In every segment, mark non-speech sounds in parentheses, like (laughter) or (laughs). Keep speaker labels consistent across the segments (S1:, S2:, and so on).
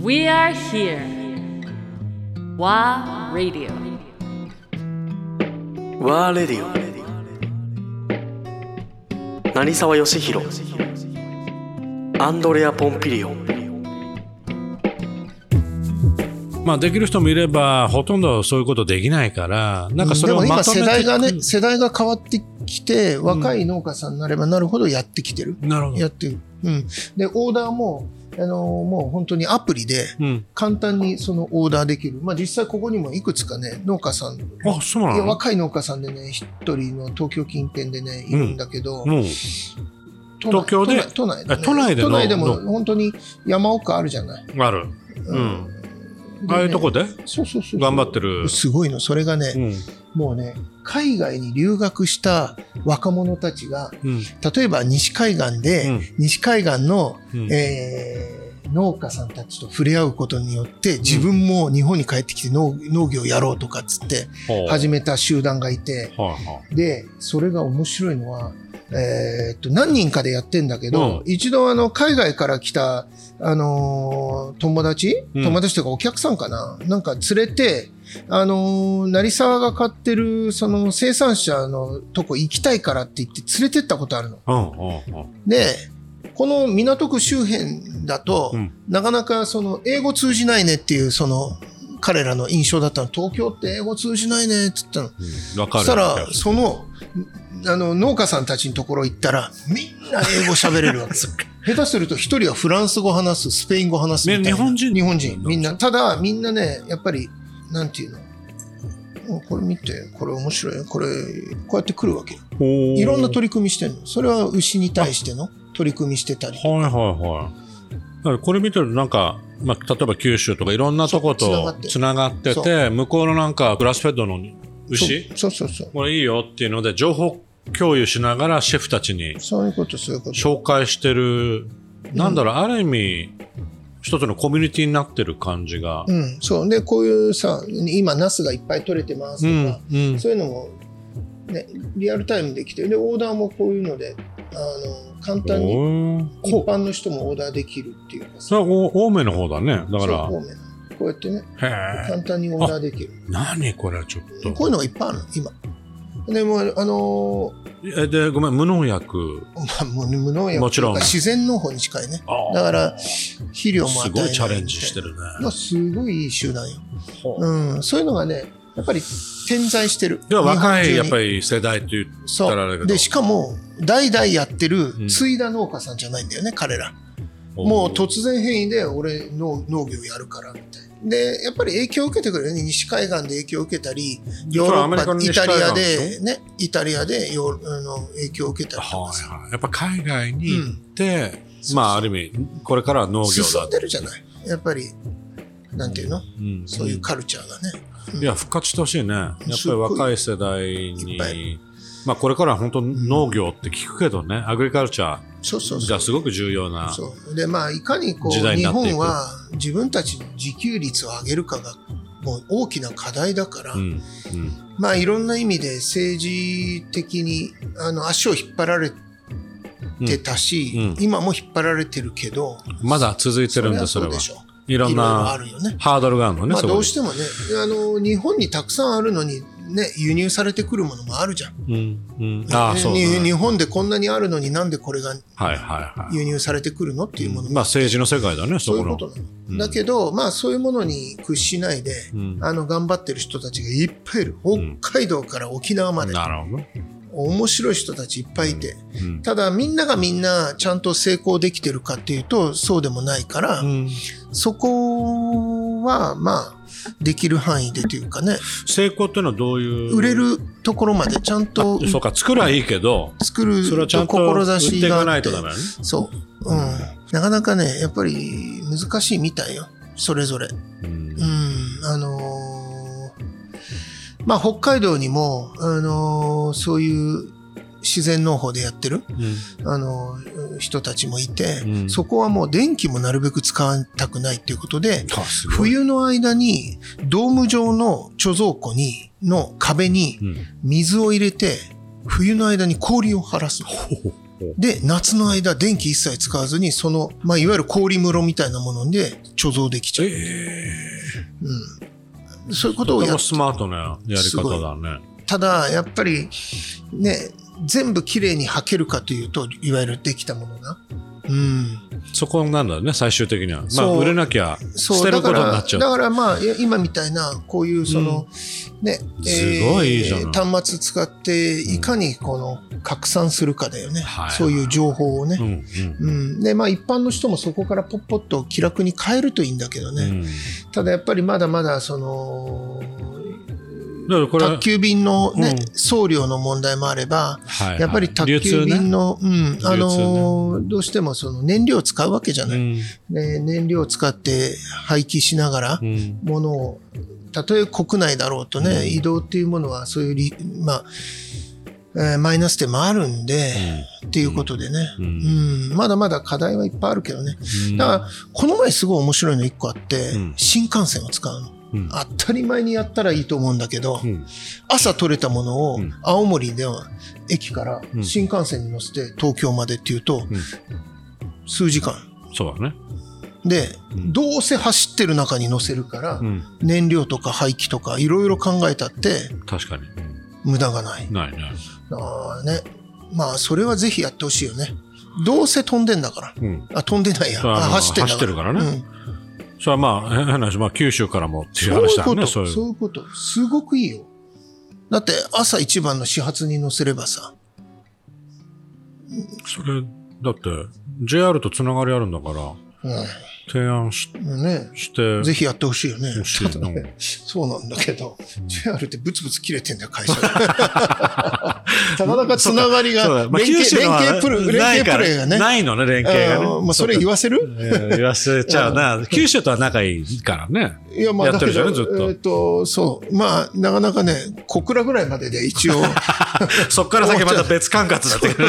S1: We are here. WA Radio.
S2: ワーレディオ成沢義弘アンドレア・ポンピリオ
S3: まあ、できる人もいれば、ほとんどそういうことできないから、なんかそれ
S4: で
S3: を
S4: も今
S3: まとめ
S4: 世
S3: て
S4: 代が
S3: く
S4: ね、世代が変わってきて、若い農家さんになればなるほどやってきてる。
S3: なるほ
S4: や
S3: ど。
S4: ってる。うん。で、オーダーも、あのーもう本当にアプリで
S3: うん。
S4: 簡単にそのオーダーできる。まあ実際ここにもいくつかね、農家さん、い
S3: あ、そうな
S4: や
S3: の
S4: 若い農家さんでね、一人の東京近辺でね、いるんだけど、
S3: もう、
S4: 都
S3: 東京で
S4: 都内
S3: あ都内での
S4: 都内でも
S3: の
S4: 本当に山奥あるじゃない。
S3: ある。うん。ああいうとこ
S4: で
S3: で
S4: ね。そうそうそうそう。
S3: 頑張ってる。
S4: すごいの、それがね、
S3: うん。
S4: もうね、海外に留学した若者たちが、
S3: うん。
S4: 例えば西海岸で、
S3: うん
S4: 西海岸の、
S3: うん
S4: えー農家さんたちと触れ合うことによって、自分も日本に帰ってきて農農業やろうとかっつって
S3: ほう
S4: 始めた集団がいて、
S3: はいは
S4: で、それが面白いのは、えーっと、何人かでやってんだけど、
S3: うん
S4: 一度あの、海外から来た、あのー友達、
S3: うん
S4: 友達というかお客さんかななんか連れて、あのー成沢が買ってる、その生産者のとこ行きたいからって言って連れてったことあるの。
S3: い。うん。うん。うん
S4: で、この港区周辺だと、
S3: うん
S4: なかなかその英語通じないねっていうその彼らの印象だったの。東京って英語通じないねって言ったの。
S3: わか
S4: そ
S3: る。
S4: したら、その、あの、農家さんたちのところ行ったら、みんな英語喋れるわ
S3: (laughs)
S4: け。下手すると一人はフランス語話す、スペイン語話すみたい
S3: ね
S4: な。
S3: 日本人
S4: 日本人。みんな。ただ、みんなね、やっぱり、なんていうの。おこれ見て、これ面白いよ。これ、こうやって来るわけよ。
S3: おー
S4: いろんな取り組みしてるの。それは牛に対しての取り組みしてたり。
S3: はいはいはい。だからこれ見てるとなんか、まあ、例えば九州とかいろんなとこ
S4: そ
S3: と
S4: う繋がってる
S3: つながってて、向こうのなんかグラスフェッドの牛
S4: そうそうそうそう。
S3: これいいよっていうので情報共有しながらシェフたちに
S4: そういうこと、そういうこと。
S3: 紹介してる、なんだろうある意味一つのコミュニティになってる感じが、
S4: うん、そう。で、こういうさ、今、ナスがいっぱい取れてますとか、
S3: うん
S4: そういうのも、ね、リアルタイムできて、で、オーダーもこういうので、あの、簡単に
S3: おー
S4: 一
S3: こう
S4: 般の人もオーダーできるっていうか
S3: そ
S4: さ、
S3: れはお青梅の方だねだから
S4: そう方面こうやってね、
S3: へえ
S4: 簡単にオーダーできる。
S3: 何これちょっと
S4: こういうのがいっぱいあるの、今。でも、あの
S3: えでごめん無農薬
S4: ーまあ、無無農薬
S3: もち
S4: とい
S3: ろ
S4: うんか自然農法に近いね。
S3: あー
S4: だから、肥料も与
S3: す
S4: えない
S3: ごいチャレンジしてるね
S4: まあ、すごいいい集団よ。
S3: ほう
S4: うん、そういうのがね、やっぱり点在してる。
S3: では若いやっぱ
S4: り。
S3: り世代という言っ
S4: そ
S3: たらあれだ
S4: う。
S3: けど
S4: で、しかも、代々やって
S3: う
S4: る、
S3: ん
S4: 継いだ農家さんじゃないんだよね、彼ら。もう突然変異で、俺農、農業やるから、みたいな。で、やっぱり影響を受けてくれるね。西海岸で影響を受けたり、ヨーロ
S3: アメリ
S4: ッ
S3: カ
S4: パ、
S3: の
S4: イ
S3: 西
S4: タ
S3: 海
S4: リア
S3: 岸で
S4: で、ね、イタリアでヨーあの影響を受けたりとかさ
S3: はいはいやっぱ海外に行って、まあある意味これからは農業
S4: 進
S3: だ
S4: んでるじゃない。やっぱり、なんていうの
S3: うん
S4: そういうカルチャーがね。
S3: いや復活してほしいねやっぱり
S4: すっごい
S3: 若い世代
S4: いっぱいい
S3: にまあこれからは本当農業って聞くけどね、アグリカルチャ
S4: そうそう
S3: ー
S4: そ
S3: が
S4: う。
S3: すごく重要な
S4: そうでまあいかにこう
S3: 時代に
S4: 日
S3: なっていく
S4: 本は自分たちの自給率を上げるかがもう大きな課題だから、
S3: うん
S4: まあいろんな意味で政治的にあの足を引っ張られてたし、
S3: うんうん
S4: 今も引っ張られてるけど、
S3: うん、まだ続いてるんだそ
S4: そ
S3: れ
S4: りゃ
S3: は
S4: うでしょ
S3: いろ
S4: いろい
S3: ん
S4: ろ
S3: な
S4: あるよね。
S3: ハードルがあるのね、
S4: まあ
S3: そこに
S4: どうしてもねあの日本にたくさんあるのにね輸入されてくるものもあるじゃん。
S3: うんうん、ああそうだ
S4: に日
S3: ね
S4: 本でこんなにあるのになんでこれが
S3: はいはいはい
S4: 輸入されてくるのっていうものも
S3: まあ政治の世界だねそ
S4: そうい
S3: こ
S4: う
S3: の
S4: ことなの、
S3: うん
S4: だけど、まあ、そういうものに屈しないで、
S3: うん
S4: あの頑張ってる人たちがいっぱいいる
S3: ん
S4: 北海道から沖縄まで、
S3: なるほど、
S4: 面白い人たちいっぱいいて、
S3: うん
S4: ただみんながみんなちゃんと成功できてるかっていうとそうでもないから、
S3: うん
S4: そこはまあできる範囲でというかね
S3: 成功っていうのはどういう
S4: 売れるところまでちゃんと
S3: そうか作らいいけど
S4: 作る
S3: それはちゃんと売っ
S4: 志
S3: てい
S4: があ
S3: か
S4: って
S3: ないとダメだね
S4: そう、うん、なかなかねやっぱり難しいみたいよそれぞれ。
S3: うん
S4: うん、あのーまあ北海道にも、あのーそういう自然農法でやってる、あのー人たちもいて、
S3: うん
S4: そこはもう電気もなるべく使わたくないっていうことで、
S3: あすごい
S4: 冬の間にドーム状の貯蔵庫に、の壁に
S3: うん
S4: 水を入れて、冬の間に氷を晴らす。で、夏の間、電気一切使わずに、その、まあ、いわゆる氷室みたいなもので貯蔵できちゃう。うん、そういうこと
S3: と
S4: を
S3: て
S4: やっ
S3: もスマートなやり方だね。
S4: ただ、やっぱり、ね、全部きれいに履けるかというと、いわゆるできたものが。うん。
S3: そこなんだよね、最終的には。まあ、
S4: そう
S3: 売れなきゃ
S4: そう
S3: 捨てることになっちゃ
S4: だ
S3: う。
S4: からだからまあいや今みたいなこういうその、ね
S3: すごいいいじゃない
S4: 端末使っていかにこの拡散するかだよね、
S3: はい
S4: そういう情報をね、
S3: う
S4: うんん
S3: うん
S4: でまあ、一般の人もそこからポッポッと気楽に変えるといいんだけど
S3: う
S4: ね、
S3: ん
S4: ただやっぱりまだまだその
S3: だからこれ
S4: 宅急便の、ね
S3: う
S4: 送料の問題もあれば
S3: はいはい
S4: やっぱり宅
S3: 流
S4: 急
S3: 通
S4: 便
S3: ね
S4: の、うんあのどうしてもその燃料を使うわけじゃ
S3: う
S4: ない、
S3: ん
S4: で燃料を使って廃棄しながら、
S3: うん
S4: ものをたとえ国内だろうとね、移動っていうものはそういうり、まあえーマイナス点もあるんで、っていうことでね、
S3: う
S4: うんんまだまだ課題はいっぱいあるけどね
S3: うん
S4: だからこの前すごい面白いの1個あって、
S3: うん
S4: 新幹線を使う
S3: うん
S4: の。当たり前にやったらいいと思うんだけど、
S3: うん
S4: 朝取れたものを
S3: うん
S4: 青森では駅から
S3: うん
S4: 新幹線に乗せて東京までっていうと、数時間
S3: そうだね。
S4: で、
S3: うん
S4: どうせ走ってる中に乗せるから、
S3: うん
S4: 燃料とか廃棄とかいろいろ考えたって
S3: 確かに。
S4: 無駄がない。
S3: ないね。
S4: あーね、まあそれはぜひやってほしいよね。どうせ飛んでんだから。
S3: うん
S4: あ飛んでないや。
S3: あの
S4: あ走ってんだ
S3: 走ってるからねそれはまあ、変な話、まあ、九州からもっていう話
S4: うんそういう
S3: だよ
S4: こ
S3: ね、
S4: と
S3: そ
S4: そう
S3: い
S4: う
S3: う。
S4: いうこと。すごくいいよ。だって朝一番の始発に乗せればさ。
S3: それ、だって、JR とつながりあるんだから、
S4: う
S3: 提案し
S4: ん。ね。
S3: して、
S4: ぜひやって (laughs) ほしいよね
S3: ほ。しいな
S4: ただねそうなんだけど、JR ってブツブツ切れてんだよ、
S3: (laughs)
S4: 会社たまたまつながり
S3: そうだ
S4: が、
S3: まあ、
S4: 連
S3: 九州
S4: 携
S3: の
S4: 連
S3: は
S4: 携プル
S3: な
S4: 連
S3: い
S4: 携
S3: か
S4: プレー
S3: ら
S4: がね。
S3: ないのね、連携がね。
S4: うんまあそれ言わせる
S3: うん言わせちゃう
S4: (laughs)
S3: な。九州とは仲いいからね。
S4: いや、まあ、
S3: やってるじゃん
S4: だけど
S3: ずっと
S4: えっ、と、そう。まあ、なかなかね、小倉ぐらいまでで
S3: (laughs)
S4: 一応、
S3: そっから先また別管轄
S4: (laughs)
S3: だってくる。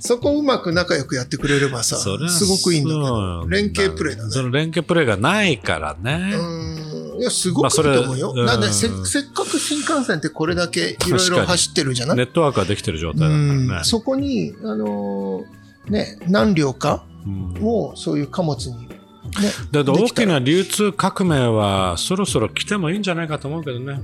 S4: そこをうまく仲良くやってくれればさ、す
S3: それは
S4: ごくいいんだけ
S3: そう
S4: ど、
S3: よ
S4: 連携プレーだね。
S3: その連携プレーがないからね。
S4: うーん。いや、すご
S3: まあ
S4: くい
S3: そ
S4: い
S3: れ
S4: と思うよ。
S3: うん
S4: なんでせ、せっかく新幹線ってこれだけいろい
S3: 確か
S4: ろ
S3: に
S4: 走ってるじゃない、
S3: ネットワークができてる状態だ
S4: う
S3: からね
S4: ん。そこに、あのーね、何両か
S3: うん
S4: をそういう貨物に、ね。
S3: だって
S4: で
S3: 大
S4: きた
S3: き
S4: ら
S3: な流通革命はそろそろ来てもいいんじゃないかと思うけどね。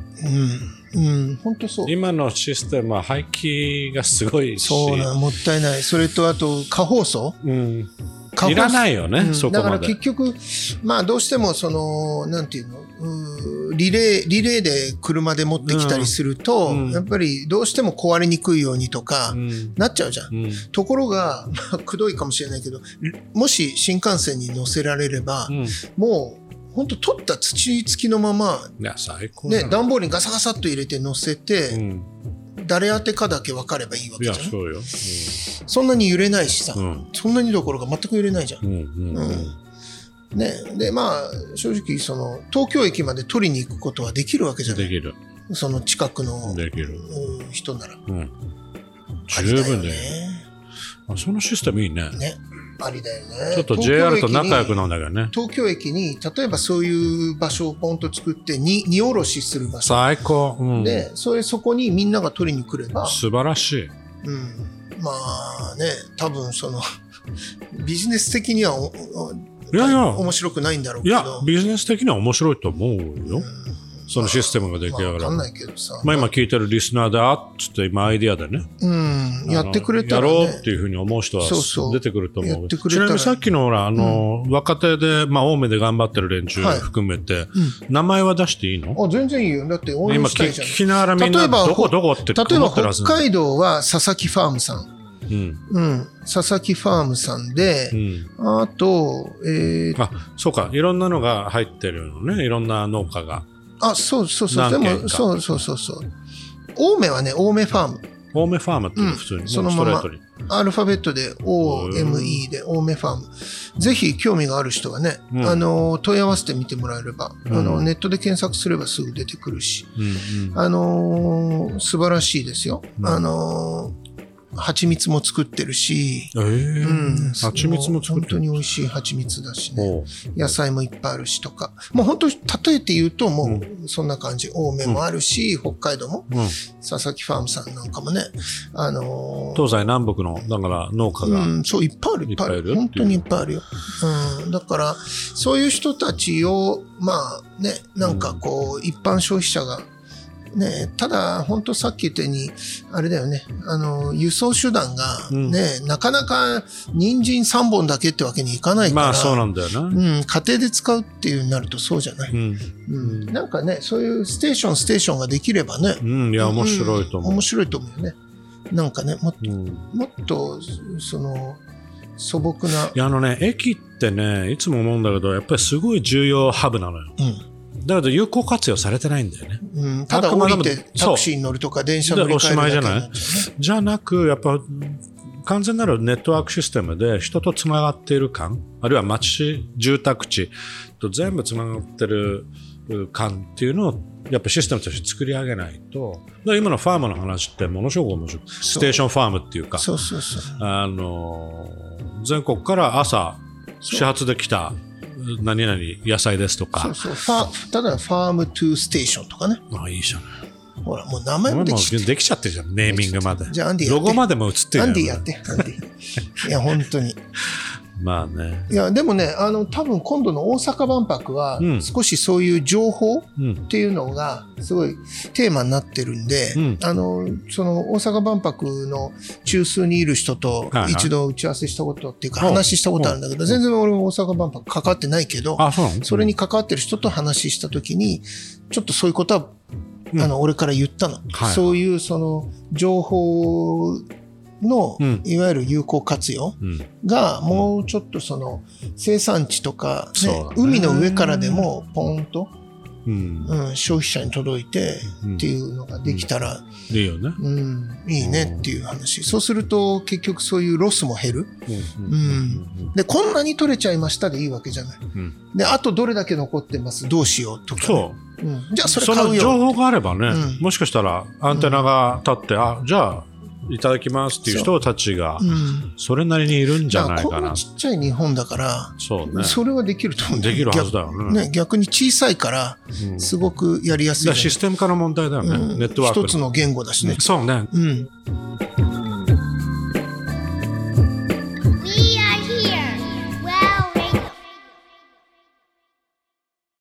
S4: うん。うん。本当そう。
S3: 今のシステムは廃棄がすごいし。
S4: そうなの、もったいない。それと、あと、過包装
S3: うん
S4: 過包装
S3: いらないよね、
S4: うん
S3: そこ
S4: だか
S3: ま
S4: ら
S3: で。
S4: 結局、まあ、どうしてもそのなんていうのうーリレーリレーで車で持ってきたりすると、
S3: うんうん
S4: やっぱりどうしても壊れにくいようにとか、
S3: うん
S4: なっちゃうじゃん。
S3: うん
S4: ところが、まあ、くどいかもしれないけどもし新幹線に乗せられれば、
S3: うんい
S4: もう本当取った土付きのまま、
S3: や、最高だ
S4: ね、
S3: な
S4: 段ボールにガサガサっと入れて乗せ
S3: う
S4: て、
S3: ん
S4: 誰宛てかだけ分かればいいわ
S3: い
S4: けじ
S3: や、
S4: ゃん
S3: そうよ。
S4: そんなに揺れないしさ、
S3: うん
S4: そんなにどころか全く揺れないじゃん
S3: うんうんうんうん
S4: ね、でまあ正直その東京駅まで取りに行くことはできるわけじゃな
S3: で
S4: い
S3: きる。
S4: その近くの、
S3: できる。
S4: うん人なら
S3: うん十分だよ。
S4: ね
S3: あそのシステムいいね。
S4: ねありだよね
S3: ちょっと JR と仲良くな
S4: な
S3: んだけどね。
S4: 東京駅に例えばそういう場所をポンと作ってに荷下ろしする場所
S3: 最高。うん
S4: でそれそこにみんなが取りに来れば、
S3: 素晴らしい。
S4: うん、まあね多分その (laughs) ビジネス的にはおお
S3: いやいや
S4: 面白くないんだろう
S3: い
S4: けど
S3: や、ビジネス的には面白いと思うよ。そのシステムが出来
S4: まあ
S3: 上が
S4: わ
S3: る
S4: かんないけどさ、
S3: まあ今聞いてるリスナーだっつって今アイディアでね。
S4: うん、やってくれたら、ね、
S3: やろうっていうふうに思う人は
S4: そうそう
S3: 出てくると
S4: や
S3: 思
S4: っ
S3: う。
S4: てくれ
S3: ち
S4: た
S3: な
S4: ら
S3: みにさっきのほら、あの、若手で、まあ、青梅で頑張ってる連中
S4: はい
S3: 含めて、
S4: う
S3: 名前は出していいの
S4: あ全然いいよだって応援
S3: 今
S4: した
S3: 聞
S4: いじゃん
S3: 聞きながらみん
S4: 例
S3: な、
S4: えば
S3: どこどこって
S4: 例え
S3: 思
S4: ば
S3: ってるはず
S4: 北
S3: なの
S4: 海道は佐々木ファームさん、
S3: うん。
S4: うん、佐々木ファームさんで
S3: う、ん。
S4: あと、えー、
S3: あ、そうか。いろんなのが入ってるのね。いろんな農家が。
S4: あそうそうそうで
S3: 何軒か
S4: もそうそうそうそう青梅はね青梅ファーム
S3: 青梅ファームっていうの
S4: うん
S3: 普通に、
S4: そのまま
S3: ストレートに。
S4: アルファベットで OME で青梅ファームぜひ興味がある人はね、
S3: うん
S4: あの問い合わせてみてもらえれば、
S3: うん
S4: あのネットで検索すればすぐ出てくるし
S3: うんうん
S4: あのー素晴らしいですよ。
S3: うん
S4: あのー蜂蜜も作ってるし、
S3: ええ
S4: うん。
S3: 蜂蜜も作っ
S4: 本
S3: て
S4: 当
S3: る
S4: に美味しい蜂蜜だしね。
S3: おう
S4: 野菜もいっぱいあるしとか。もう本当に例えて言うともうそんな感じ。青梅もあるし、北海道も、
S3: うん、
S4: 佐々木ファームさんなんかもね、あのー
S3: 東西南北のだから農家が、
S4: うん、そういっぱいあるいっぱいあ
S3: いっぱいいるってい
S4: る
S3: う
S4: 本当にいっぱいあるよ、うん、だからそういう人たちをまあねなんかこう、一般消費者がねただ本当さっき言ったようにあれだよねあの輸送手段が
S3: うん
S4: ね、なかなか人参3本だけってわけにいかないから、
S3: まあそうなんだよな、うん
S4: うん、家庭で使うっていうになるとそうじゃない、うん
S3: うん
S4: なんかねそういうステーションステーションができればね
S3: うん、いや面白いと
S4: ん
S3: 思う
S4: 面、白いと思うよねなんかねもっと
S3: うん、
S4: もっとその素朴ない
S3: やあのね駅ってねいつも思うんだけどやっぱりすごい重要ハブなのよ
S4: う
S3: だけど有効活用されてないんだよね
S4: んうん、ただ
S3: あく
S4: 降
S3: まで
S4: り
S3: も
S4: てタクシーに乗るとか電車乗り換えるだけ
S3: でおしまいじゃないじゃなくやっぱ完全なるネットワークシステムで人とつながっている感あるいは町住宅地と全部つながってる感っていうのをやっぱシステムとして作り上げないとだから今のファームの話ってものすごく面白いステーションファームっていうか
S4: そうそうそう
S3: あのー全国から朝始発で来た何々野菜ですと
S4: そ
S3: か
S4: うそうファただファームトゥーステーションとかね
S3: まあいいじゃん
S4: ほらもう名前
S3: もう
S4: もで
S3: で
S4: きて
S3: きちゃってるじゃんネーミングまで
S4: じゃあアンディやっ
S3: ロ
S4: て
S3: ゴまでも映ってる
S4: ア
S3: よ
S4: ン
S3: ね
S4: ディやってアンディいや本当に
S3: まあね
S4: いやでもねあの多分今度の大阪万博は
S3: うん
S4: 少しそういう情報、
S3: うん
S4: っていうのがすごいテーマになってるんで、
S3: うん
S4: あのその大阪万博の中枢にいる人と
S3: はいはい
S4: 一度打ち合わせしたことっていうか
S3: うん
S4: 話したことあるんだけど、全然俺も大阪万博関わってないけど、
S3: あそうなの
S4: それに関わってる人と話した時にちょっとそういうことは、
S3: うん
S4: あの俺から言ったの、
S3: はい
S4: そういうその情報の、
S3: うん
S4: いわゆる有効活用、
S3: うん
S4: がもうちょっとその生産地とか、ね
S3: そうだね
S4: 海の上からでもポンと、
S3: うん
S4: うん、消費者に届いて
S3: うん
S4: っていうのができたら、
S3: いいよね
S4: うんいいねっていう話そうすると結局そういうロスも減るうんでこんなに取れちゃいましたでいいわけじゃない
S3: うん
S4: であとどれだけ残ってますどうしようとか、、
S3: そう
S4: ん、じゃあ
S3: う
S4: それ
S3: そ
S4: 買
S3: の
S4: う
S3: 情
S4: よ
S3: 報があればね
S4: うん
S3: もしかしたらアンテナが立ってあじゃあいただきますっていう人たちが
S4: うん
S3: それなりにいるんじゃない
S4: だか
S3: か
S4: らこん
S3: な
S4: なちっちゃい日本だから、
S3: そうね
S4: それはできると思うんだ
S3: で
S4: よ
S3: きるはずだよね
S4: ね、逆に小さいから
S3: うん
S4: すごくやりやすい
S3: だから
S4: じゃ
S3: システム化の問題だよ
S4: ない
S3: ね、ネットワーク
S4: 一つの言語だしね
S3: そうね
S4: うん